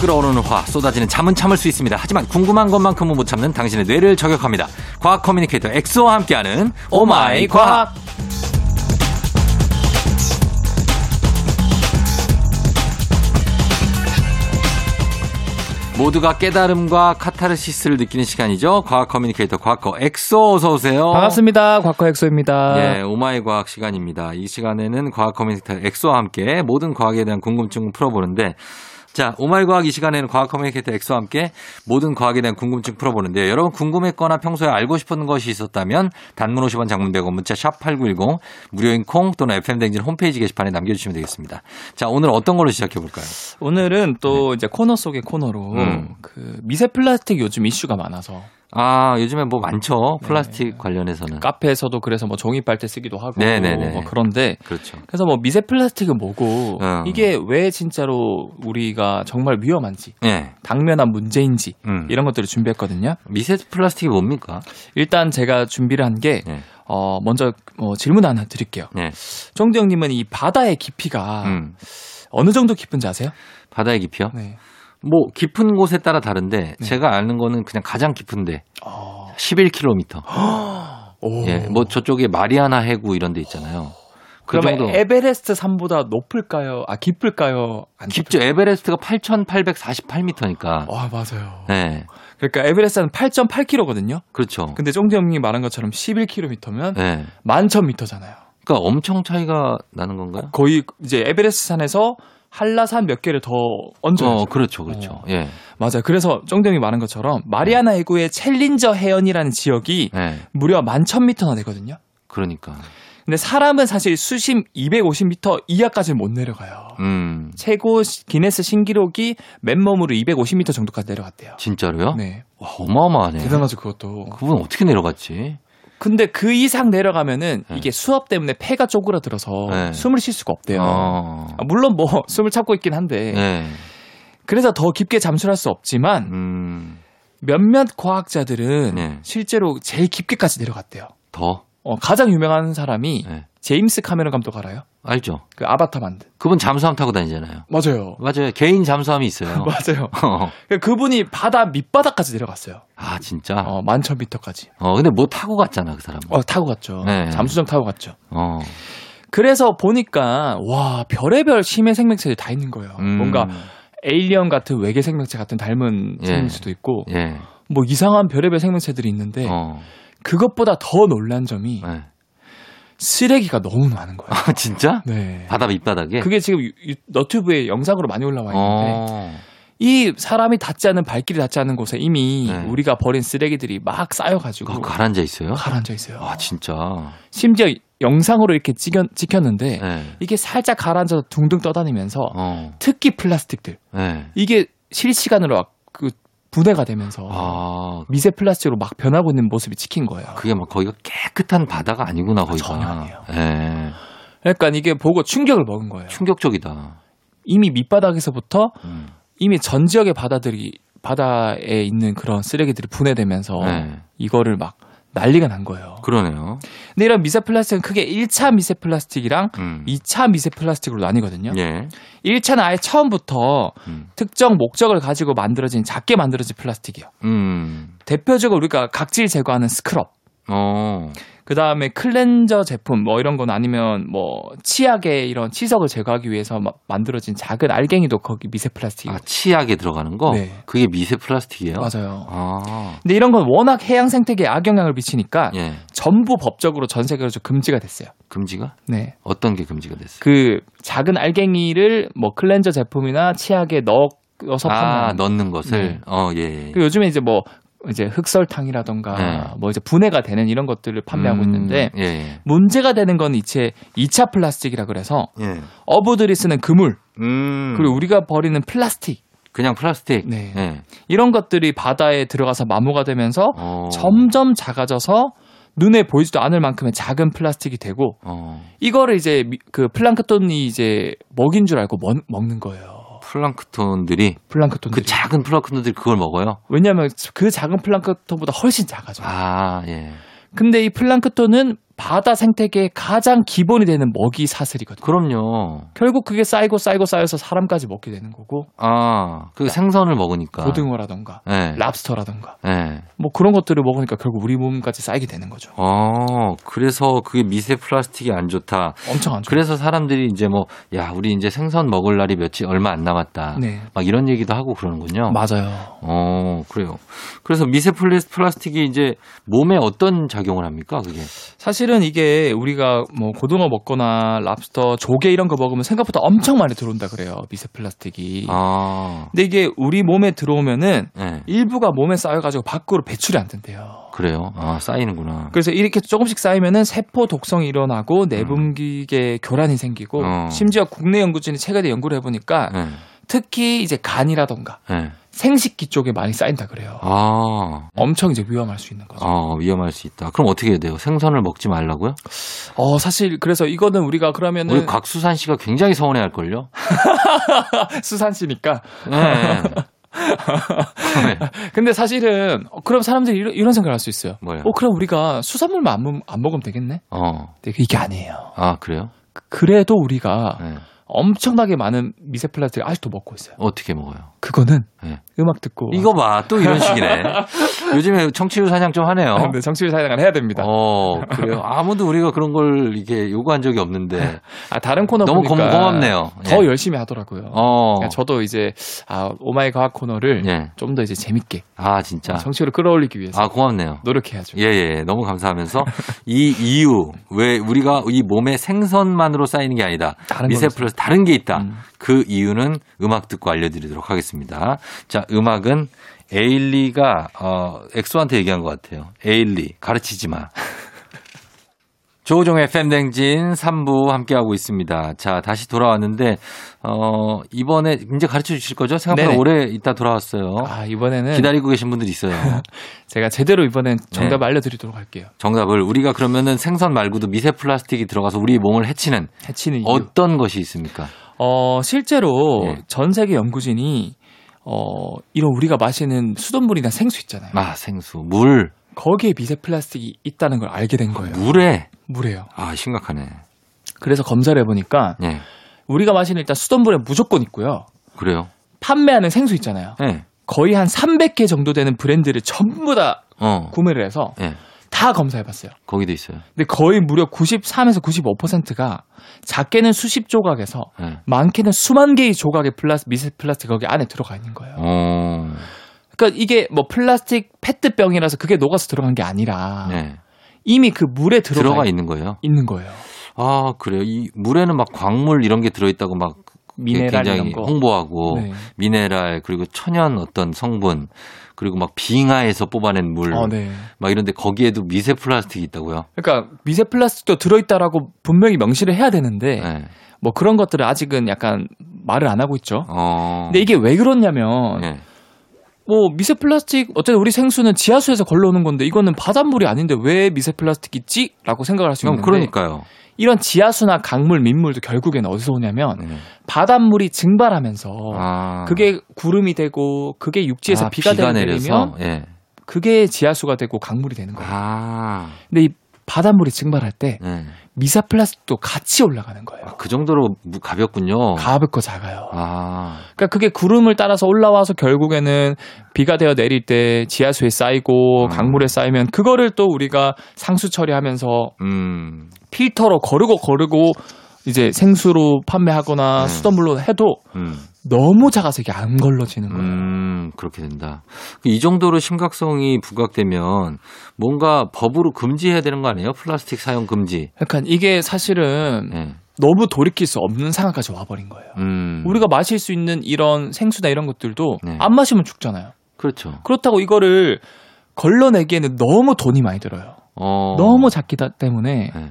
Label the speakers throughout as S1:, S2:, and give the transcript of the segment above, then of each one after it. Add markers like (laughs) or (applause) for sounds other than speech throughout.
S1: 끓어오르는 화, 쏟아지는 잠은 참을 수 있습니다. 하지만 궁금한 것만큼은 못 참는 당신의 뇌를 저격합니다. 과학 커뮤니케이터 엑소와 함께하는 오마이 과학. 모두가 깨달음과 카타르시스를 느끼는 시간이죠. 과학 커뮤니케이터 과학커 엑소 어서 오세요.
S2: 반갑습니다. 과커 엑소입니다.
S1: 예, 오마이 과학 시간입니다. 이 시간에는 과학 커뮤니케이터 엑소와 함께 모든 과학에 대한 궁금증을 풀어보는데 자, 오마이 과학 이 시간에는 과학 커뮤니케이터 엑소와 함께 모든 과학에 대한 궁금증 풀어보는데요. 여러분 궁금했거나 평소에 알고 싶은 것이 있었다면 단문 50원 장문되고 문자 샵 8910 무료인 콩 또는 FM댕진 홈페이지 게시판에 남겨주시면 되겠습니다. 자, 오늘 어떤 걸로 시작해볼까요?
S2: 오늘은 또 이제 코너 속의 코너로
S1: 음.
S2: 그 미세 플라스틱 요즘 이슈가 많아서
S1: 아, 요즘에 뭐 많죠. 플라스틱 관련해서는.
S2: 카페에서도 그래서 뭐 종이 빨대 쓰기도 하고
S1: 네네네.
S2: 뭐 그런데
S1: 그렇죠.
S2: 그래서 뭐 미세 플라스틱은 뭐고
S1: 음.
S2: 이게 왜 진짜로 우리가 정말 위험한지
S1: 예.
S2: 당면한 문제인지
S1: 음.
S2: 이런 것들을 준비했거든요.
S1: 미세 플라스틱이 뭡니까?
S2: 일단 제가 준비를 한 게
S1: 네.
S2: 어, 먼저 어, 질문 하나 드릴게요.
S1: 네.
S2: 정재 형님은 이 바다의 깊이가
S1: 음.
S2: 어느 정도 깊은지 아세요?
S1: 바다의 깊이요?
S2: 네.
S1: 뭐 깊은 곳에 따라 다른데
S2: 네.
S1: 제가 아는 거는 그냥 가장 깊은데
S2: 어.
S1: 11km.
S2: 오.
S1: 예. 뭐 저쪽에 마리아나 해구 이런 데 있잖아요. 그
S2: 그러면
S1: 정도.
S2: 에베레스트 산보다 높을까요? 아 깊을까요? 안
S1: 깊죠. 에베레스트가 8,848m니까.
S2: 와 맞아요.
S1: 네.
S2: 그러니까 에베레스트는 8.8km거든요.
S1: 그렇죠.
S2: 근데 쫑디 형이 말한 것처럼 11km면
S1: 네.
S2: 11,000m잖아요.
S1: 그러니까 엄청 차이가 나는 건가요?
S2: 거의 이제 에베레스트 산에서 한라산 몇 개를 더 얹어요.
S1: 어, 그렇죠. 그렇죠.
S2: 어.
S1: 예.
S2: 맞아요. 그래서 쫑디 형이 말한 것처럼 마리아나 해구의 챌린저 해연이라는 지역이
S1: 예.
S2: 무려 11,000m나 되거든요.
S1: 그러니까.
S2: 근데 사람은 사실 수심 250m 이하까지 못 내려가요.
S1: 음.
S2: 최고 시- 기네스 신기록이 맨몸으로 250m 정도까지 내려갔대요.
S1: 진짜로요?
S2: 네.
S1: 와, 어마어마하네.
S2: 대단하죠, 그것도.
S1: 그분 어떻게 내려갔지?
S2: 근데 그 이상 내려가면은
S1: 네.
S2: 이게 수압 때문에 폐가 쪼그라들어서
S1: 네.
S2: 숨을 쉴 수가 없대요.
S1: 어.
S2: 아, 물론 뭐 (laughs) 숨을 참고 있긴 한데
S1: 네.
S2: 그래서 더 깊게 잠수할 수 없지만
S1: 음.
S2: 몇몇 과학자들은
S1: 네.
S2: 실제로 제일 깊게까지 내려갔대요.
S1: 더.
S2: 어, 가장 유명한 사람이
S1: 네.
S2: 제임스 카메론 감독 알아요?
S1: 알죠.
S2: 그 아바타 만든.
S1: 그분 잠수함 타고 다니잖아요.
S2: 맞아요.
S1: 맞아요. 개인 잠수함이 있어요.
S2: (laughs) 맞아요. 그러니까
S1: 어.
S2: 그분이 바다 밑바닥까지 내려갔어요.
S1: (laughs) 아, 진짜? 어.
S2: 어, 만천 미터까지.
S1: 근데 뭐 타고 갔잖아, 그 사람. 은
S2: 어, 타고 갔죠.
S1: 네.
S2: 잠수정 타고 갔죠.
S1: 어.
S2: 그래서 보니까 와 별의별 심해 생명체들이 다 있는 거예요.
S1: 음.
S2: 뭔가 에일리언 같은 외계 생명체 같은 닮은
S1: 예.
S2: 생명체도 있고
S1: 예.
S2: 뭐 이상한 별의별 생명체들이 있는데
S1: 어.
S2: 그것보다 더 놀란 점이
S1: 예.
S2: 쓰레기가 너무 많은 거예요.
S1: (laughs) 아, 진짜?
S2: 네.
S1: 바다 밑바닥에?
S2: 그게 지금 유- 유- 너튜브에 영상으로 많이 올라와 있는데
S1: 어.
S2: 이 사람이 닿지 않은 발길이 닿지 않은 곳에 이미
S1: 네.
S2: 우리가 버린 쓰레기들이 막 쌓여가지고
S1: 그거 가라앉아 있어요?
S2: 가라앉아 있어요.
S1: 아, 진짜.
S2: 심지어 영상으로 이렇게 찍혔, 찍혔는데
S1: 예.
S2: 이게 살짝 가라앉아서 둥둥 떠다니면서
S1: 어.
S2: 특히 플라스틱들
S1: 예.
S2: 이게 실시간으로 막 그 분해가 되면서
S1: 아,
S2: 미세 플라스틱으로 막 변하고 있는 모습이 찍힌 거예요.
S1: 그게 막 거기가 깨끗한 바다가 아니구나, 거기가.
S2: 전혀 아니에요.
S1: 예.
S2: 그러니까 이게 보고 충격을 먹은 거예요.
S1: 충격적이다.
S2: 이미 밑바닥에서부터
S1: 음.
S2: 이미 전 지역의 바다들이 바다에 있는 그런 쓰레기들이 분해되면서
S1: 예.
S2: 이거를 막 난리가 난 거예요.
S1: 그러네요.
S2: 근데 이런 미세 플라스틱은 크게 1차 미세 플라스틱이랑
S1: 음.
S2: 2차 미세 플라스틱으로 나뉘거든요.
S1: 예.
S2: 1차는 아예 처음부터
S1: 음.
S2: 특정 목적을 가지고 만들어진 작게 만들어진 플라스틱이에요.
S1: 음.
S2: 대표적으로 우리가 각질 제거하는 스크럽
S1: 어.
S2: 그 다음에 클렌저 제품 뭐 이런 건 아니면 뭐 치약에 이런 치석을 제거하기 위해서 마- 만들어진 작은 알갱이도 거기 미세 플라스틱.
S1: 아, 치약에 들어가는 거?
S2: 네.
S1: 그게 미세 플라스틱이에요?
S2: 맞아요.
S1: 아.
S2: 근데 이런 건 워낙 해양 생태계에 악영향을 미치니까
S1: 예.
S2: 전부 법적으로 전 세계로 좀 금지가 됐어요.
S1: 금지가?
S2: 네.
S1: 어떤 게 금지가 됐어요?
S2: 그 작은 알갱이를 뭐 클렌저 제품이나 치약에 넣어서
S1: 아,
S2: 판매하는.
S1: 넣는 것을.
S2: 네.
S1: 어, 예. 예.
S2: 그 요즘에 이제 뭐 이제 흑설탕이라던가
S1: 네.
S2: 뭐 이제 분해가 되는 이런 것들을 판매하고
S1: 음,
S2: 있는데
S1: 예, 예.
S2: 문제가 되는 건 이제 2차 플라스틱이라 그래서
S1: 예.
S2: 어부들이 쓰는 그물
S1: 음.
S2: 그리고 우리가 버리는 플라스틱
S1: 그냥 플라스틱.
S2: 네.
S1: 예.
S2: 이런 것들이 바다에 들어가서 마모가 되면서
S1: 어.
S2: 점점 작아져서 눈에 보이지도 않을 만큼의 작은 플라스틱이 되고
S1: 어.
S2: 이거를 이제 미- 그 플랑크톤이 이제 먹인 줄 알고 먹, 먹는 거예요.
S1: 플랑크톤들이
S2: 플랑크톤.
S1: 그 작은 플랑크톤들이 그걸 먹어요.
S2: 왜냐하면 그 작은 플랑크톤보다 훨씬 작아져. 요
S1: 아, 예.
S2: 근데 이 플랑크톤은 바다 생태계의 가장 기본이 되는 먹이 사슬이거든요.
S1: 그럼요.
S2: 결국 그게 쌓이고 쌓이고 쌓여서 사람까지 먹게 되는 거고
S1: 아, 그 생선을 먹으니까.
S2: 고등어라던가
S1: 예.
S2: 랍스터라던가
S1: 예.
S2: 뭐 그런 것들을 먹으니까 결국 우리 몸까지 쌓이게 되는 거죠.
S1: 어, 그래서 그게 미세 플라스틱이 안 좋다.
S2: 엄청 안 좋아요.
S1: 그래서 사람들이 이제 뭐, 야, 우리 이제 생선 먹을 날이 며칠 얼마 안 남았다.
S2: 네.
S1: 막 이런 얘기도 하고 그러는군요.
S2: 맞아요.
S1: 어, 그래요. 그래서 미세 플라스- 플라스틱이 이제 몸에 어떤 작용을 합니까, 그게?
S2: 사실은 이게 우리가 뭐 고등어 먹거나 랍스터, 조개 이런 거 먹으면 생각보다 엄청 많이 들어온다 그래요. 미세 플라스틱이.
S1: 아,
S2: 근데 이게 우리 몸에 들어오면은
S1: 예,
S2: 일부가 몸에 쌓여가지고 밖으로 배출이 안 된대요.
S1: 그래요. 아, 쌓이는구나.
S2: 그래서 이렇게 조금씩 쌓이면은 세포 독성이 일어나고 내분기계 교란이 생기고
S1: 어.
S2: 심지어 국내 연구진이 최근에 연구를 해보니까
S1: 예,
S2: 특히 이제 간이라던가
S1: 예.
S2: 생식기 쪽에 많이 쌓인다 그래요.
S1: 아,
S2: 엄청 이제 위험할 수 있는 거죠.
S1: 어, 위험할 수 있다. 그럼 어떻게 해야 돼요? 생선을 먹지 말라고요?
S2: 어 사실 그래서 이거는 우리가 그러면은
S1: 우리 곽수산 씨가 굉장히 서운해할걸요?
S2: (laughs) 수산씨니까.
S1: 예, (laughs) 예. 네.
S2: 근데 사실은 어, 그럼 사람들이 이런, 이런 생각을 할 수 있어요.
S1: 뭐요?
S2: 어 그럼 우리가 수산물만 안, 먹- 안 먹으면 되겠네.
S1: 어,
S2: 근데 이게 아니에요.
S1: 아, 그래요?
S2: 그래도 우리가
S1: 예.
S2: 엄청나게 많은 미세 플라스틱을 아직도 먹고 있어요.
S1: 어떻게 먹어요?
S2: 그거는
S1: 네.
S2: 음악 듣고
S1: 이거 봐, 또 이런
S2: (laughs)
S1: 식이네. 요즘에 청취율 사냥 좀 하네요.
S2: 아, (laughs) 네, 정치율 사냥을 해야 됩니다.
S1: 어, 그래요. 아무도 우리가 그런 걸 이렇게 요구한 적이 없는데
S2: 아, 다른 코너
S1: 너무
S2: 보니까
S1: 고마- 고맙네요.
S2: 더
S1: 예.
S2: 열심히 하더라고요.
S1: 어,
S2: 그러니까 저도 이제 아, 오마이 과학 코너를
S1: 예.
S2: 좀 더 이제 재밌게
S1: 아, 진짜.
S2: 정치율을 끌어올리기 위해서
S1: 아, 고맙네요.
S2: 노력해야죠.
S1: 예, 예, 너무 감사하면서 이 이유 왜 우리가 이 몸에 생선만으로 쌓이는 게 아니다.
S2: 다른
S1: 미세
S2: 걸로.
S1: 플러스 다른 게 있다.
S2: 음.
S1: 그 이유는 음악 듣고 알려드리도록 하겠습니다. 자, 음악은 에일리가 어, 엑소한테 얘기한 것 같아요. 에일리 가르치지 마. (laughs) 조우종의 팬댕진 3부 함께하고 있습니다. 자, 다시 돌아왔는데, 어, 이번에 이제 가르쳐 주실 거죠? 생각보다
S2: 네네.
S1: 오래 있다 돌아왔어요.
S2: 아, 이번에는
S1: 기다리고 계신 분들이 있어요.
S2: (laughs) 제가 제대로 이번엔 정답 알려드리도록 할게요.
S1: 정답을 우리가 그러면은 생선 말고도 미세 플라스틱이 들어가서 우리 몸을 해치는
S2: 해치는 이유. 네. 어,
S1: 어떤 것이 있습니까?
S2: 실제로
S1: 예.
S2: 전 세계 연구진이 어, 이런 우리가 마시는 수돗물이나 생수 있잖아요.
S1: 아 생수, 물,
S2: 거기에 미세 플라스틱이 있다는 걸 알게 된 거예요.
S1: 물에
S2: 물에요.
S1: 아 심각하네.
S2: 그래서 검사를 해보니까
S1: 예,
S2: 우리가 마시는 일단 수돗물에 무조건 있고요.
S1: 그래요.
S2: 판매하는 생수 있잖아요.
S1: 예,
S2: 거의 한 300개 정도 되는 브랜드를 전부 다
S1: 어,
S2: 구매를 해서
S1: 예,
S2: 다 검사해봤어요.
S1: 거기도 있어요.
S2: 근데 거의 무려 93에서 95%가 작게는 수십 조각에서
S1: 예,
S2: 많게는 수만 개의 조각의 플라스, 미세 플라스틱 거기 안에 들어가 있는 거예요.
S1: 어,
S2: 그러니까 이게 뭐 플라스틱 페트병이라서 그게 녹아서 들어간 게 아니라
S1: 예,
S2: 이미 그 물에 들어가,
S1: 들어가
S2: 있-
S1: 있는 거예요.
S2: 있는 거예요.
S1: 아 그래요. 이 물에는 막 광물 이런 게 들어있다고 막
S2: 미네랄
S1: 굉장히
S2: 이런 거.
S1: 홍보하고
S2: 네.
S1: 미네랄 그리고 천연 어떤 성분 그리고 막 빙하에서 뽑아낸 물 막
S2: 어, 네.
S1: 이런데 거기에도 미세 플라스틱이 있다고요.
S2: 그러니까 미세 플라스틱도 들어있다라고 분명히 명시를 해야 되는데
S1: 예.
S2: 뭐 그런 것들을 아직은 약간 말을 안 하고 있죠.
S1: 어.
S2: 근데 이게 왜 그렇냐면
S1: 예.
S2: 뭐 미세 플라스틱 어쨌든 우리 생수는 지하수에서 걸러오는 건데 이거는 바닷물이 아닌데 왜 미세 플라스틱 있지?라고 생각할 수
S1: 그럼
S2: 있는데
S1: 그러니까요.
S2: 이런 지하수나 강물, 민물도 결국엔 어디서 오냐면
S1: 네.
S2: 바닷물이 증발하면서
S1: 아.
S2: 어, 그게 구름이 되고 그게 육지에서
S1: 아,
S2: 비가, 내리면
S1: 내려서? 예.
S2: 그게 지하수가 되고 강물이 되는 거예요.
S1: 아.
S2: 근데 이 바닷물이 증발할 때
S1: 예.
S2: 미세 플라스틱도 같이 올라가는 거예요.
S1: 아, 그 정도로 무- 가볍군요.
S2: 가볍고 작아요.
S1: 아.
S2: 그러니까 그게 구름을 따라서 올라와서 결국에는 비가 되어 내릴 때 지하수에 쌓이고
S1: 음.
S2: 강물에 쌓이면 그거를 또 우리가 상수 처리하면서
S1: 음.
S2: 필터로 거르고 거르고 이제 생수로 판매하거나
S1: 음.
S2: 수돗물로 해도
S1: 음.
S2: 너무 작아서 이게 안 걸러지는 거예요.
S1: 음. 그렇게 된다. 이 정도로 심각성이 부각되면 뭔가 법으로 금지해야 되는 거 아니에요? 플라스틱 사용 금지.
S2: 약간 그러니까 이게 사실은
S1: 예.
S2: 너무 돌이킬 수 없는 상황까지 와버린 거예요.
S1: 음.
S2: 우리가 마실 수 있는 이런 생수나 이런 것들도
S1: 네.
S2: 안 마시면 죽잖아요.
S1: 그렇죠.
S2: 그렇다고 이거를 걸러내기에는 너무 돈이 많이 들어요.
S1: 어.
S2: 너무 작기 때문에
S1: 예.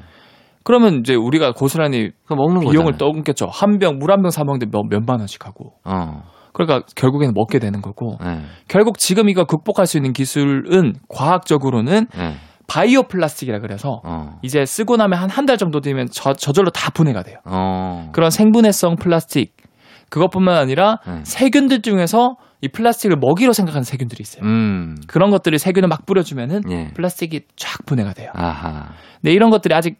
S2: 그러면 이제 우리가 고스란히
S1: 그 먹는 거.
S2: 비용을 떠안겠죠. 한 병, 물 한 병 사먹는데 몇, 몇만 원씩 하고.
S1: 어.
S2: 그러니까 결국에는 먹게 되는 거고.
S1: 예.
S2: 결국 지금 이거 극복할 수 있는 기술은 과학적으로는
S1: 예.
S2: 바이오 플라스틱이라 그래서
S1: 어.
S2: 이제 쓰고 나면 한 한 달 정도 되면 저, 저절로 다 분해가 돼요.
S1: 어.
S2: 그런 생분해성 플라스틱. 그것뿐만 아니라
S1: 예.
S2: 세균들 중에서 이 플라스틱을 먹이로 생각하는 세균들이 있어요.
S1: 음.
S2: 그런 것들을 세균을 막 뿌려주면은
S1: 예.
S2: 플라스틱이 쫙 분해가 돼요.
S1: 아하.
S2: 근데 이런 것들이 아직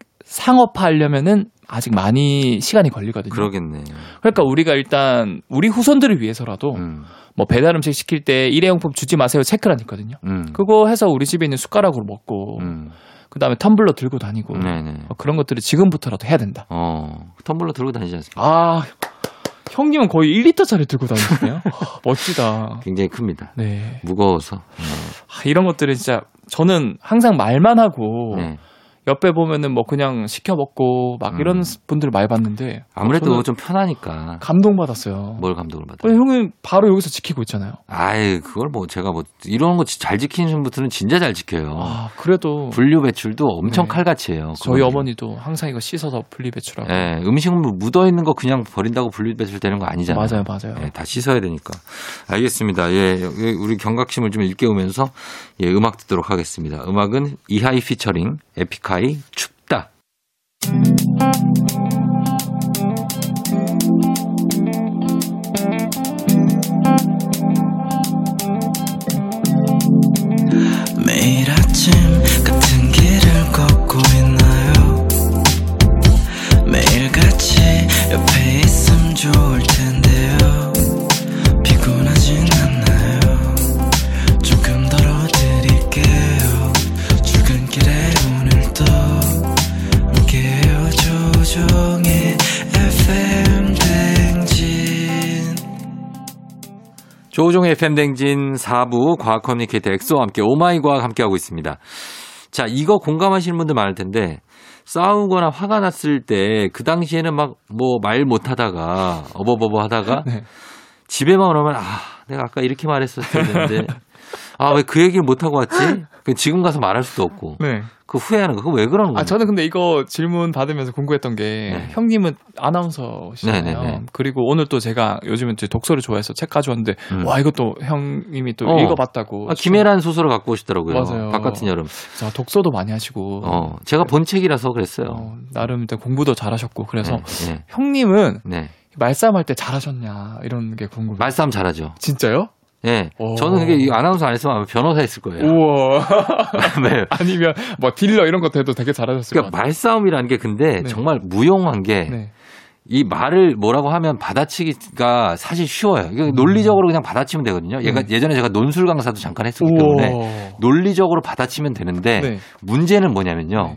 S2: 상업화하려면은 아직 많이 시간이 걸리거든요. 러
S1: 그러겠네.
S2: 니까 우리가 일단 우리 후손들을 위해서라도
S1: 음.
S2: 뭐 배달 음식 시킬 때 일회용품 주지 마세요 체크란 있거든요.
S1: 음.
S2: 그거 해서 우리 집에 있는 숟가락으로 먹고
S1: 음.
S2: 그다음에 텀블러 들고 다니고
S1: 네네.
S2: 어, 그런 것들을 지금부터라도 해야 된다.
S1: 어. 텀블러 들고 다니지 않습니까?
S2: 아 형님은 거의 1리터짜리 들고 (laughs) 다니시네요. 와, 멋지다.
S1: 굉장히 큽니다.
S2: 네.
S1: 무거워서.
S2: 아, 이런 것들은 진짜 저는 항상 말만 하고
S1: 네.
S2: 옆에 보면은 뭐 그냥 시켜 먹고 막
S1: 음.
S2: 이런 분들 을 많이 봤는데
S1: 아무래도
S2: 저는
S1: 좀 편하니까
S2: 감동 받았어요.
S1: 뭘 감독을 받아.
S2: 근데 형은 바로 여기서 지키고 있잖아요.
S1: 아이, 그걸 뭐 제가 뭐 이런 거 잘 지키는 분들은 진짜 잘 지켜요.
S2: 아 그래도
S1: 분류 배출도 엄청
S2: 네.
S1: 칼같이 해요.
S2: 저희
S1: 그거는.
S2: 어머니도 항상 이거 씻어서 분리배출하고
S1: 예, 음식물 묻어 있는 거 그냥 버린다고 분류 배출되는 거 아니잖아요.
S2: 네, 맞아요, 맞아요.
S1: 예, 다 씻어야 되니까. 알겠습니다. 예, 여기 우리 경각심을 좀 일깨우면서 예, 음악 듣도록 하겠습니다. 음악은 이하이 피처링 에픽하이 춥다.
S3: 매일 아침 같은 길을 걷고 있나요 매일 같이 옆에 있음 좋을 텐데요 피곤하진 않나요 조금 덜어드릴게요 출근길에 오늘도 함께해요 조종의 FM 댕진
S1: 조종의 팬댕진 4부 과학 커뮤니케이터 엑소와 함께 오마이 과학 함께하고 있습니다. 자, 이거 공감하시는 분들 많을 텐데 싸우거나 화가 났을 때 그 당시에는 막 뭐 말 못하다가 어버버버 하다가
S2: (laughs) 네.
S1: 집에만 오면 아 내가 아까 이렇게 말했었는데 아 왜 그 얘기를 못 하고 왔지? 그 지금 가서 말할 수도 없고
S2: 네.
S1: 그 후회하는 거 그거 왜 그러는
S2: 아
S1: 거예요?
S2: 저는 근데 이거 질문 받으면서 궁금했던 게
S1: 네.
S2: 형님은 아나운서시잖아요.
S1: 네, 네, 네.
S2: 그리고 오늘 또 제가 요즘은 이제 독서를 좋아해서 책 가져왔는데
S1: 음.
S2: 와 이것도 형님이 또
S1: 어.
S2: 읽어봤다고.
S1: 아, 김혜란 소설을 갖고 오시더라고요.
S2: 맞아요.
S1: 바깥은 여름.
S2: 자, 독서도 많이 하시고
S1: 어 제가 본 책이라서 그랬어요.
S2: 어, 나름 일단 공부도 잘하셨고 그래서
S1: 네, 네,
S2: 형님은
S1: 네.
S2: 말싸움할 때 잘하셨냐 이런 게 궁금해요.
S1: 말싸움 잘하죠.
S2: 진짜요?
S1: 예.
S2: 오.
S1: 저는 그게 이 아나운서 안 했으면 아마 변호사 했을 거예요. (laughs)
S2: 우와. (laughs)
S1: 네.
S2: 아니면 뭐 딜러 이런 것도 해도 되게 잘하셨을 것
S1: 그러니까
S2: 같아요.
S1: 말싸움이라는 게 근데
S2: 네.
S1: 정말 무용한 게 이
S2: 네.
S1: 말을 뭐라고 하면 받아치기가 사실 쉬워요. 이게
S2: 음.
S1: 논리적으로 그냥 받아치면 되거든요. 얘가
S2: 음.
S1: 예전에 제가 논술 강사도 잠깐 했었기
S2: 네. 우와.
S1: 때문에 논리적으로 받아치면 되는데
S2: 네.
S1: 문제는 뭐냐면요.
S2: 네.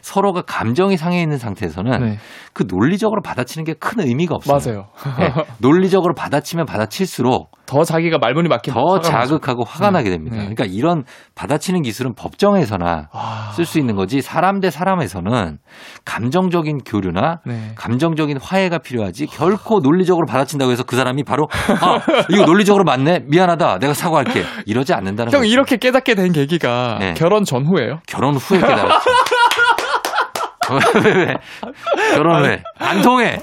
S1: 서로가 감정이 상해 있는 상태에서는
S2: 네.
S1: 그 논리적으로 받아치는 게 큰 의미가 없어요.
S2: 맞아요.
S1: 네. 논리적으로 받아치면 받아칠수록
S2: 더 자기가 말문이 막힌
S1: 더
S2: 화가 나죠.
S1: 자극하고 화가
S2: 네.
S1: 나게 됩니다.
S2: 네.
S1: 그러니까 이런 받아치는 기술은 법정에서나
S2: 아.
S1: 쓸 수 있는 거지 사람 대 사람에서는 감정적인 교류나
S2: 네.
S1: 감정적인 화해가 필요하지 결코 논리적으로 받아친다고 해서 그 사람이 바로 아 이거 논리적으로 맞네 미안하다 내가 사과할게 이러지 않는다는
S2: 형
S1: 거죠.
S2: 이렇게 깨닫게 된 계기가
S1: 네.
S2: 결혼 전후예요?
S1: 결혼 후에 깨달았죠 왜, 왜? 결혼 후에 안 통해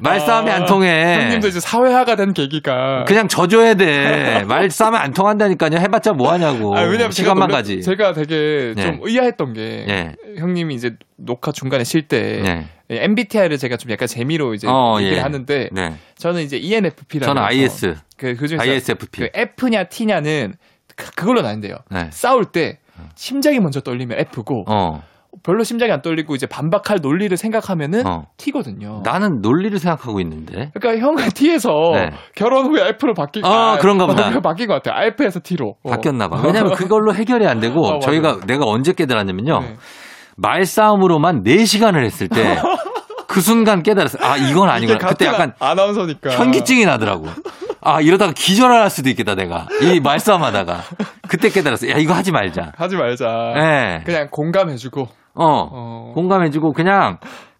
S1: 말싸움이
S2: 아,
S1: 안 통해
S2: 형님도 이제 사회화가 된 계기가
S1: 네. 그냥 져줘야 돼 말싸움이 안 통한다니까요 해봤자 뭐하냐고
S2: 아, 왜냐면 제가
S1: 시간만
S2: 노력-
S1: 가지
S2: 제가 되게
S1: 네.
S2: 좀 의아했던 게
S1: 예.
S2: 형님이 이제 녹화 중간에 쉴 때
S1: 네.
S2: MBTI를 제가 좀 약간 재미로 이제
S1: 어,
S2: 얘기를
S1: 예.
S2: 하는데
S1: 네.
S2: 저는 이제 E ENFP라고
S1: 저는 IS,
S2: 그, 그 중에서
S1: ISFP.
S2: 그 F냐 T냐는 그, 그걸로 나뉜대요.
S1: 네.
S2: 싸울 때 심장이 먼저 떨리면 F고
S1: 어,
S2: 별로 심장이 안 떨리고 이제 반박할 논리를 생각하면은
S1: 어.
S2: T거든요.
S1: 나는 논리를 생각하고 있는데.
S2: 그러니까 형은 (laughs) T에서
S1: 네.
S2: 결혼 후에 F로 바뀌
S1: 아, 그런가 보다.
S2: 아, 바뀐 것 같아요. F에서 T로. 어.
S1: 바뀌었나 봐. 왜냐면 그걸로 해결이 안
S2: (laughs)
S1: 되고
S2: 아, 맞아요.
S1: 저희가 내가 언제 깨달았냐면요.
S2: 네.
S1: 말싸움으로만 4시간을 했을
S2: (laughs)
S1: 때 그 순간 깨달았어요. 아, 이건
S2: 이게
S1: 아니구나. 그때
S2: 같은
S1: 약간
S2: 아- 아나운서니까.
S1: 현기증이 나더라고. 아, 이러다가 기절할 수도 있겠다 내가. 이 말싸움 하다가. 그때 깨달았어. 야, 이거 하지 말자.
S2: 하지 말자.
S1: 예.
S2: 아. 그냥 공감해주고.
S1: 어.
S2: 어.
S1: 공감해주고 그냥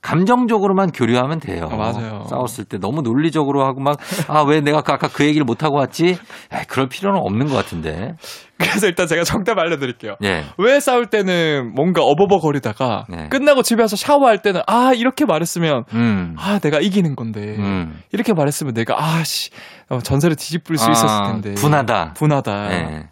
S1: 감정적으로만 교류하면 돼요.
S2: 아, 맞아요.
S1: 싸웠을 때 너무 논리적으로 하고 막 아 왜 내가 아까 아까 그 얘기를 못 하고 왔지? 에이, 그럴 필요는 없는 것 같은데.
S2: 그래서 일단 제가 정답 알려드릴게요.
S1: 예.
S2: 왜 싸울 때는 뭔가 어버버거리다가
S1: 네.
S2: 끝나고 집에 와서 샤워할 때는 아 이렇게 말했으면
S1: 음.
S2: 아 내가 이기는 건데
S1: 음.
S2: 이렇게 말했으면 내가 아씨 어, 전세를 뒤집을 수
S1: 아,
S2: 있었을 텐데 아.
S1: 분하다.
S2: 분하다
S1: 예.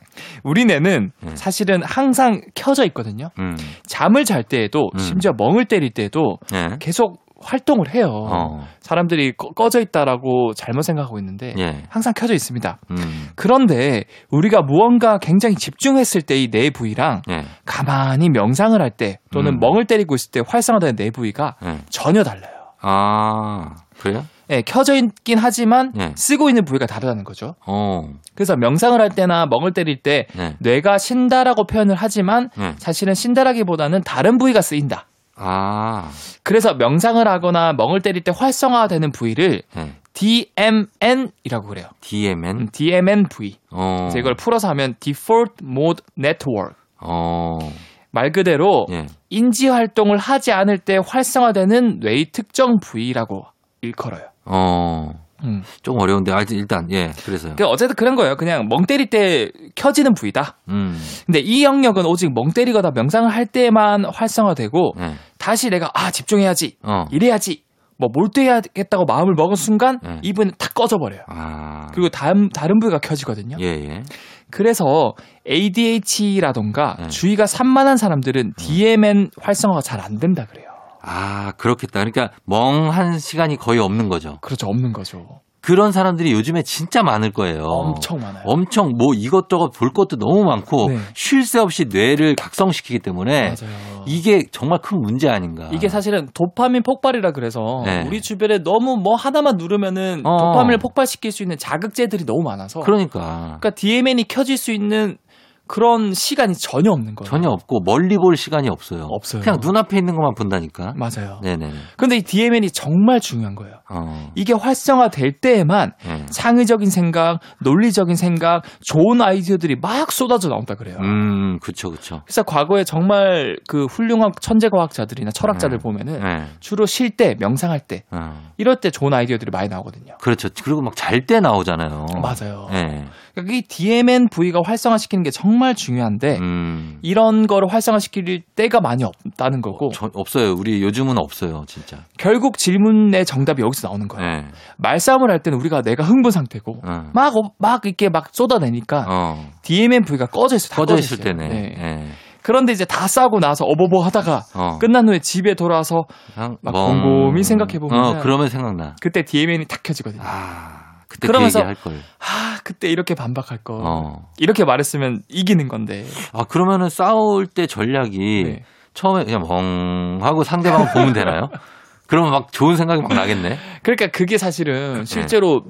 S2: 우리 뇌는
S1: 네.
S2: 사실은 항상 켜져 있거든요
S1: 음.
S2: 잠을 잘 때에도
S1: 음.
S2: 심지어 멍을 때릴 때에도
S1: 예.
S2: 계속 활동을 해요.
S1: 어.
S2: 사람들이 꺼, 꺼져 있다라고 잘못 생각하고 있는데
S1: 예.
S2: 항상 켜져 있습니다.
S1: 음.
S2: 그런데 우리가 무언가 굉장히 집중했을 때 이 내 부위랑
S1: 예.
S2: 가만히 명상을 할 때 또는
S1: 음.
S2: 멍을 때리고 있을 때 활성화되는 내 부위가
S1: 예.
S2: 전혀 달라요.
S1: 아, 그래요?
S2: 예, 켜져 있긴 하지만
S1: 예.
S2: 쓰고 있는 부위가 다르다는 거죠.
S1: 어.
S2: 그래서 명상을 할 때나 멍을 때릴 때
S1: 예.
S2: 뇌가 쉰다라고 표현을 하지만
S1: 예.
S2: 사실은 쉰다라기보다는 다른 부위가 쓰인다.
S1: 아.
S2: 그래서 명상을 하거나 멍을 때릴 때 활성화되는 부위를
S1: 예.
S2: DMN이라고 그래요.
S1: DMN.
S2: 음, DMN 부위.
S1: 어.
S2: 그래서 이걸 풀어서 하면 Default Mode Network.
S1: 어.
S2: 말 그대로
S1: 예.
S2: 인지 활동을 하지 않을 때 활성화되는 뇌의 특정 부위라고 일컬어요.
S1: 어.
S2: 음.
S1: 좀 어려운데 하여튼 일단 예. 그래서요.
S2: 그 어쨌든 그런 거예요. 그냥 멍 때릴 때 켜지는 부위다.
S1: 음.
S2: 근데 이 영역은 오직 멍 때리거나 명상을 할 때만 활성화되고
S1: 예.
S2: 다시 내가 아 집중해야지
S1: 어.
S2: 이래야지 뭐 몰두해야겠다고 마음을 먹은 순간
S1: 네.
S2: 이 부분은 탁 꺼져버려요.
S1: 아.
S2: 그리고 다음 다른 부위가 켜지거든요.
S1: 예, 예.
S2: 그래서 ADHD라던가
S1: 네. 음.
S2: 주의가 산만한 사람들은 DMN 활성화가 잘 안 된다 그래요.
S1: 아, 그렇겠다. 그러니까 멍한 시간이 거의 없는 거죠.
S2: 그렇죠. 없는 거죠.
S1: 그런 사람들이 요즘에 진짜 많을 거예요.
S2: 엄청 많아요.
S1: 어. 엄청 뭐 이것저것 볼 것도 너무 많고
S2: 네.
S1: 쉴 새 없이 뇌를 각성시키기 때문에
S2: 맞아요.
S1: 네. 이게 정말 큰 문제 아닌가.
S2: 이게 사실은 도파민 폭발이라 그래서
S1: 네.
S2: 우리 주변에 너무 뭐 하나만 누르면은
S1: 어.
S2: 도파민을 폭발시킬 수 있는 자극제들이 너무 많아서
S1: 그러니까
S2: 그러니까 DMN이 켜질 수 있는 그런 시간이 전혀 없는 거예요.
S1: 전혀 없고 멀리 볼 시간이 없어요.
S2: 없어요. 음.
S1: 그냥 눈앞에 있는 것만 본다니까.
S2: 맞아요.
S1: 네네.
S2: 근데 이 DMN이 정말 중요한 거예요.
S1: 어.
S2: 이게 활성화될 때에만
S1: 예.
S2: 창의적인 생각, 논리적인 생각, 좋은 아이디어들이 막 쏟아져 나온다 그래요.
S1: 음, 그쵸 그쵸.
S2: 그래서 과거에 정말 그 훌륭한 천재 과학자들이나 철학자들
S1: 네.
S2: 보면은
S1: 예.
S2: 주로 쉴 때, 명상할 때,
S1: 어.
S2: 이럴 때 좋은 아이디어들이 많이 나오거든요.
S1: 그렇죠. 그리고 막 잘 때 나오잖아요.
S2: 맞아요.
S1: 예.
S2: 그러니까 이 DMN 부위가 활성화시키는 게 정말 중요한데
S1: 음.
S2: 이런 거를 활성화시킬 때가 많이 없다는 거고
S1: 저- 없어요. 우리 요즘은 없어요, 진짜.
S2: 결국 질문의 정답이 여기서 나오는 거예요.
S1: 예.
S2: 말싸움을 할 때는 우리가 내가 흥분 상태고
S1: 어.
S2: 막, 어- 막 이렇게 막 쏟아내니까
S1: 어.
S2: DMN 부위가 꺼져 있어. 다
S1: 꺼져 있을
S2: 있어요.
S1: 때네.
S2: 네.
S1: 예.
S2: 그런데 이제 다 싸고 나서 어버버 하다가
S1: 어.
S2: 끝난 후에 집에 돌아와서
S1: 그냥
S2: 막
S1: 멍.
S2: 곰곰이 생각해보면은
S1: 어, 그러면 생각나.
S2: 그때 DMN이 탁 켜지거든요. 아,
S1: 아, 그때 그
S2: 그러면서-
S1: 얘기 할 걸.
S2: 그때 이렇게 반박할 거.
S1: 어.
S2: 이렇게 말했으면 이기는 건데.
S1: 아, 그러면은 싸울 때 전략이
S2: 네.
S1: 처음에 그냥 멍 하고 상대방 을 보면
S2: (laughs)
S1: 되나요? 그러면 막 좋은 생각이 막 나겠네.
S2: 그러니까 그게 사실은 실제로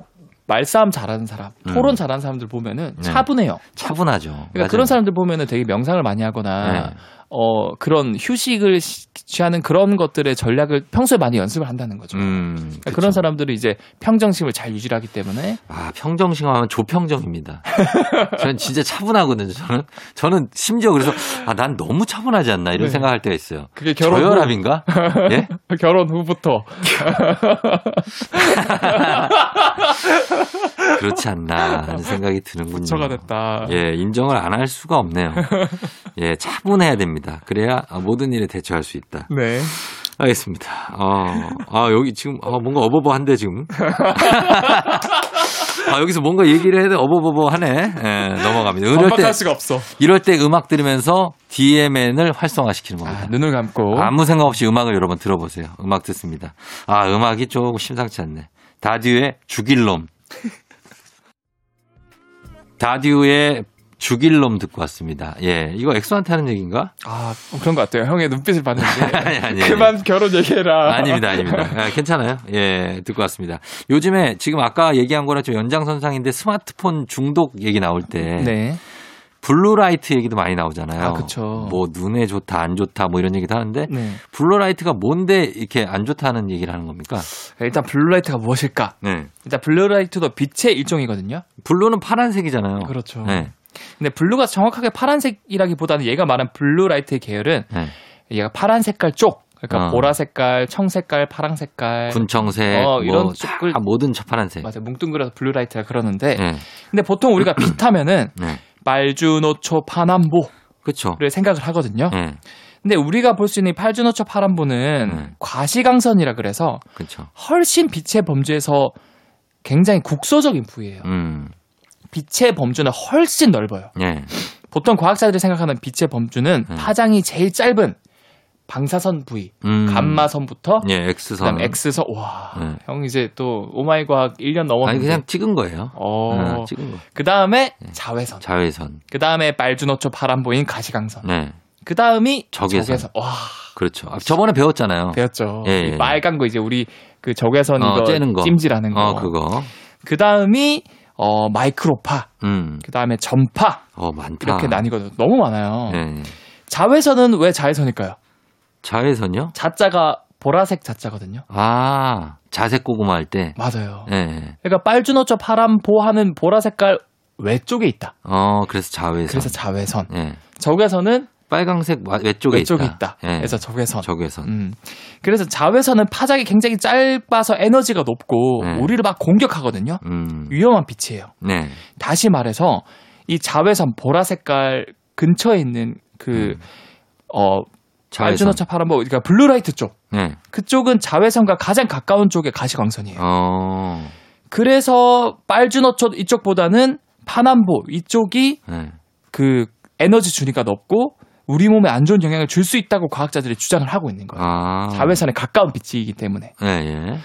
S2: 말싸움 잘하는 사람,
S1: 네. 음.
S2: 토론 잘하는 사람들 보면은
S1: 네.
S2: 차분해요.
S1: 차분하죠.
S2: 그러니까
S1: 맞아요.
S2: 그런 사람들 보면은 되게 명상을 많이 하거나
S1: 네.
S2: 어 그런 휴식을 시- 취하는 그런 것들의 전략을 평소에 많이 연습을 한다는 거죠.
S1: 음,
S2: 그러니까
S1: 그쵸.
S2: 그런 사람들은 이제 평정심을 잘 유지하기 때문에
S1: 아, 평정심 하면
S2: (laughs)
S1: 조평정입니다. 저는 진짜 차분하거든요, 저는. 저는 심지어 그래서, 아, 난 너무 차분하지 않나, 이런
S2: 네.
S1: 생각할 때가 있어요.
S2: 그게 결혼 후, (laughs)
S1: 저혈압인가? 예?
S2: 결혼 후부터
S1: 그렇지 않나, 하는 생각이 드는군요.
S2: 처가 됐다.
S1: 음. 예, 인정을 안 할 수가 없네요. 예, 차분해야 됩니다. 그래야 모든 일에 대처할 수 있다.
S2: 네.
S1: 알겠습니다. 어, 아, 여기 지금, 아, 뭔가 어버버한데,
S2: (laughs)
S1: 지금. 아, 여기서 뭔가 얘기를 해야 돼. 어버버버하네. 예, 넘어갑니다. 이럴 때,
S2: 반박할 수가 없어.
S1: 이럴 때 음악 들으면서 DMN을 활성화시키는 겁니다.
S2: 아, 눈을 감고
S1: 아무 생각 없이 음악을 여러분 들어보세요. 음악 듣습니다. 아, 음악이 조금 심상치 않네. 다듀의 죽일
S2: (laughs)
S1: 놈. 다듀의 죽일 놈 듣고 왔습니다. 예. 이거 엑소한테 하는
S2: (laughs)
S1: 얘기인가?
S2: 아 그런 것 같아요. 형의 눈빛을
S1: (laughs)
S2: 봤는데
S1: 아니, 아니.
S2: 그만 결혼 얘기해라.
S1: 예. 아닙니다, 아닙니다. 아, 괜찮아요. 예, 듣고 왔습니다. 요즘에 지금 아까 얘기한 거랑 좀 연장선상인데 스마트폰 중독 얘기 나올 때
S2: 네.
S1: 블루라이트 얘기도 많이 나오잖아요.
S2: 아, 그쵸.
S1: 뭐 눈에 좋다, 안 좋다 뭐 이런 얘기도 하는데
S2: 네.
S1: 블루라이트가 뭔데 이렇게 안 좋다는 얘기를 하는 겁니까?
S2: 일단 블루라이트가 무엇일까?
S1: 네.
S2: 일단 블루라이트도 빛의 일종이거든요.
S1: 블루는 파란색이잖아요.
S2: 그렇죠.
S1: 네.
S2: 근데 블루가 정확하게 파란색이라기보다는 얘가 말한 블루라이트의 계열은
S1: 네.
S2: 얘가 파란 색깔 쪽, 그러니까
S1: 어.
S2: 보라 색깔, 청 색깔, 파랑 색깔,
S1: 군청색
S2: 네. 어, 이런
S1: 뭐
S2: 쪽을-
S1: 다 모든 저 파란색.
S2: 맞아요. 뭉뚱그려서 블루라이트라 그러는데,
S1: 네.
S2: 근데
S1: (clears throat)
S2: 보통 우리가 빛하면은
S1: 네.
S2: 빨주노초 파남보를
S1: 그렇죠.
S2: 생각을 하거든요.
S1: 네.
S2: 근데 우리가 볼 수 있는 이 빨주노초 파남보는
S1: 네.
S2: 과시광선이라 그래서
S1: 그렇죠.
S2: 훨씬 빛의 범주에서 굉장히 국소적인 부위예요.
S1: 음.
S2: 빛의 범주는 훨씬 넓어요.
S1: 예.
S2: 보통 과학자들이 생각하는 빛의 범주는
S1: 음.
S2: 파장이 제일 짧은 방사선 부위,
S1: 음.
S2: 감마선부터
S1: 예, X선.
S2: 그다음에 X선. 와,
S1: 네.
S2: 형 이제 또 오마이 과학 1년
S1: 아니
S2: 넘었는데.
S1: 그냥 찍은 거예요.
S2: 어.
S1: 아, 찍은 거.
S2: 그다음에 자외선.
S1: 자외선.
S2: 그다음에 말주노초 파란보인 가시광선.
S1: 네.
S2: 그다음이
S1: 적외선.
S2: 적외선. 와,
S1: 그렇죠. 아, 저번에 배웠잖아요.
S2: 배웠죠.
S1: 예, 예.
S2: 이 빨간 거 이제 우리 그 적외선
S1: 어,
S2: 이거
S1: 째는 거.
S2: 찜질하는 거.
S1: 어, 그거.
S2: 그다음이 어 마이크로파,
S1: 음.
S2: 그다음에 전파
S1: 어, 많다.
S2: 이렇게 나뉘거든요. 너무 많아요.
S1: 예.
S2: 자외선은 왜 자외선일까요?
S1: 자외선요?
S2: 자자가 보라색 자자거든요.
S1: 아, 자색 고구마 할 때.
S2: 맞아요.
S1: 예.
S2: 그러니까 빨주노초 파란보 하는 보라 색깔 외쪽에 있다.
S1: 어, 그래서 자외선.
S2: 그래서 자외선.
S1: 예.
S2: 적외선은
S1: 빨강색 와- 왼쪽에
S2: 외쪽에 있다.
S1: 있다. 예.
S2: 그래서 적외선.
S1: 적외선.
S2: 음. 그래서 자외선은 파장이 굉장히 짧아서 에너지가 높고
S1: 네.
S2: 우리를 막 공격하거든요.
S1: 음.
S2: 위험한 빛이에요.
S1: 네.
S2: 다시 말해서 이 자외선 보라 색깔 근처에 있는 그
S1: 음.
S2: 어,
S1: 자외선.
S2: 알주노차 파란보 그러니까 블루라이트 쪽.
S1: 네.
S2: 그쪽은 자외선과 가장 가까운 쪽에 가시광선이에요.
S1: 어.
S2: 그래서 빨주노초 이쪽보다는 파남보 이쪽이
S1: 네.
S2: 그 에너지 주니까 높고 우리 몸에 안 좋은 영향을 줄 수 있다고 과학자들이 주장을 하고 있는 거예요.
S1: 아.
S2: 자외선에 음. 가까운 빛이기 때문에.
S1: 예, 예.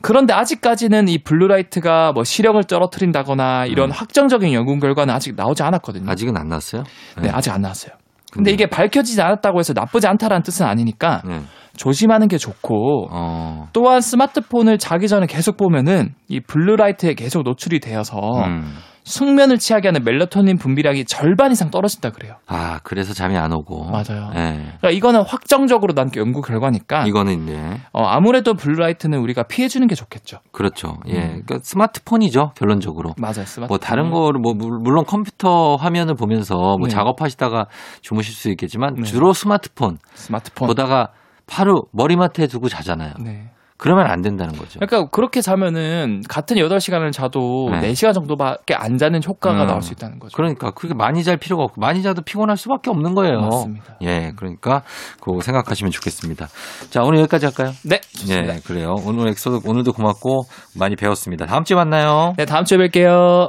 S2: 그런데 아직까지는 이 블루라이트가 뭐 시력을 떨어뜨린다거나
S1: 음.
S2: 이런 확정적인 연구 결과는 아직 나오지 않았거든요.
S1: 아직은 안 났어요?
S2: 네, 아직 안 나왔어요.
S1: 음.
S2: 근데 이게 밝혀지지 않았다고 해서 나쁘지 않다라는 뜻은 아니니까
S1: 네.
S2: 조심하는 게 좋고
S1: 어.
S2: 또한 스마트폰을 자기 전에 계속 보면은 이 블루라이트에 계속 노출이 되어서
S1: 음.
S2: 숙면을 취하게 하는 멜라토닌 분비량이 절반 이상 떨어진다 그래요.
S1: 아, 그래서 잠이 안 오고.
S2: 맞아요.
S1: 예.
S2: 그러니까 이거는 확정적으로 난 연구 결과니까
S1: 이거는 이제
S2: 어, 아무래도 블루라이트는 우리가 피해주는 게 좋겠죠.
S1: 그렇죠. 예.
S2: 음.
S1: 그러니까 스마트폰이죠. 결론적으로.
S2: 맞아요. 스마트폰.
S1: 뭐 다른 거를 뭐 물- 물론 컴퓨터 화면을 보면서 뭐
S2: 네.
S1: 작업하시다가 주무실 수 있겠지만
S2: 네.
S1: 주로 스마트폰
S2: 스마트폰.
S1: 뭐 보다가 바로 머리맡에 두고 자잖아요.
S2: 네.
S1: 그러면 안 된다는 거죠.
S2: 그러니까 그렇게 자면은 같은 8시간을 자도
S1: 네.
S2: 네. 4시간 정도밖에 안 자는 효과가
S1: 음.
S2: 나올 수 있다는 거죠.
S1: 그러니까 그게 많이 잘 필요가 없고 많이 자도 피곤할 수밖에 없는 거예요.
S2: 맞습니다.
S1: 예, 그러니까 그거 생각하시면 좋겠습니다. 자, 오늘 여기까지 할까요?
S2: 네, 좋습니다.
S1: 예, 그래요. 오늘 엑소도 오늘도 고맙고 많이 배웠습니다. 다음 주에 만나요.
S2: 네, 다음 주에 뵐게요.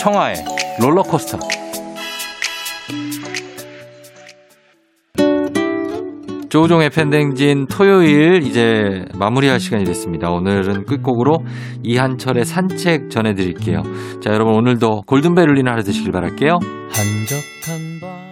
S1: 청하의 롤러코스터. 조종의 팬댕진 토요일 이제 마무리할 시간이 됐습니다. 오늘은 끝곡으로 이한철의 산책 전해드릴게요. 자, 여러분 오늘도 골든벨 울리는 하루 되시길 바랄게요.
S2: 한적한 밤